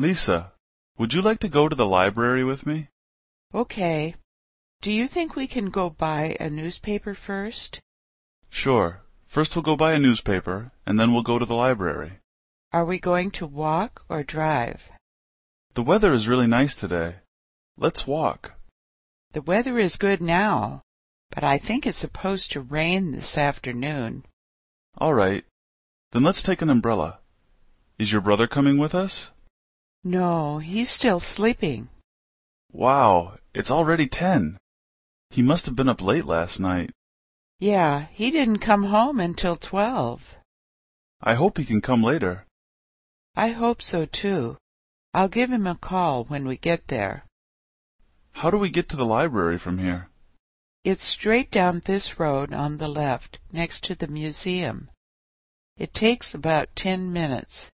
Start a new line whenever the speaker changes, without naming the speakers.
Lisa, would you like to go to the library with me?
Okay. Do you think we can go buy a newspaper first?
Sure. First we'll go buy a newspaper, and then we'll go to the library.
Are we going to walk or drive?
The weather is really nice today. Let's walk.
The weather is good now, but I think it's supposed to rain this afternoon.
All right. Then let's take an umbrella. Is your brother coming with us?
No, he's still sleeping.
Wow, it's already ten. He must have been up late last night.
Yeah, he didn't come home until twelve.
I hope he can come later.
I hope so too. I'll give him a call when we get there.
How do we get to the library from here?
It's straight down this road on the left, next to the museum. It takes about ten minutes.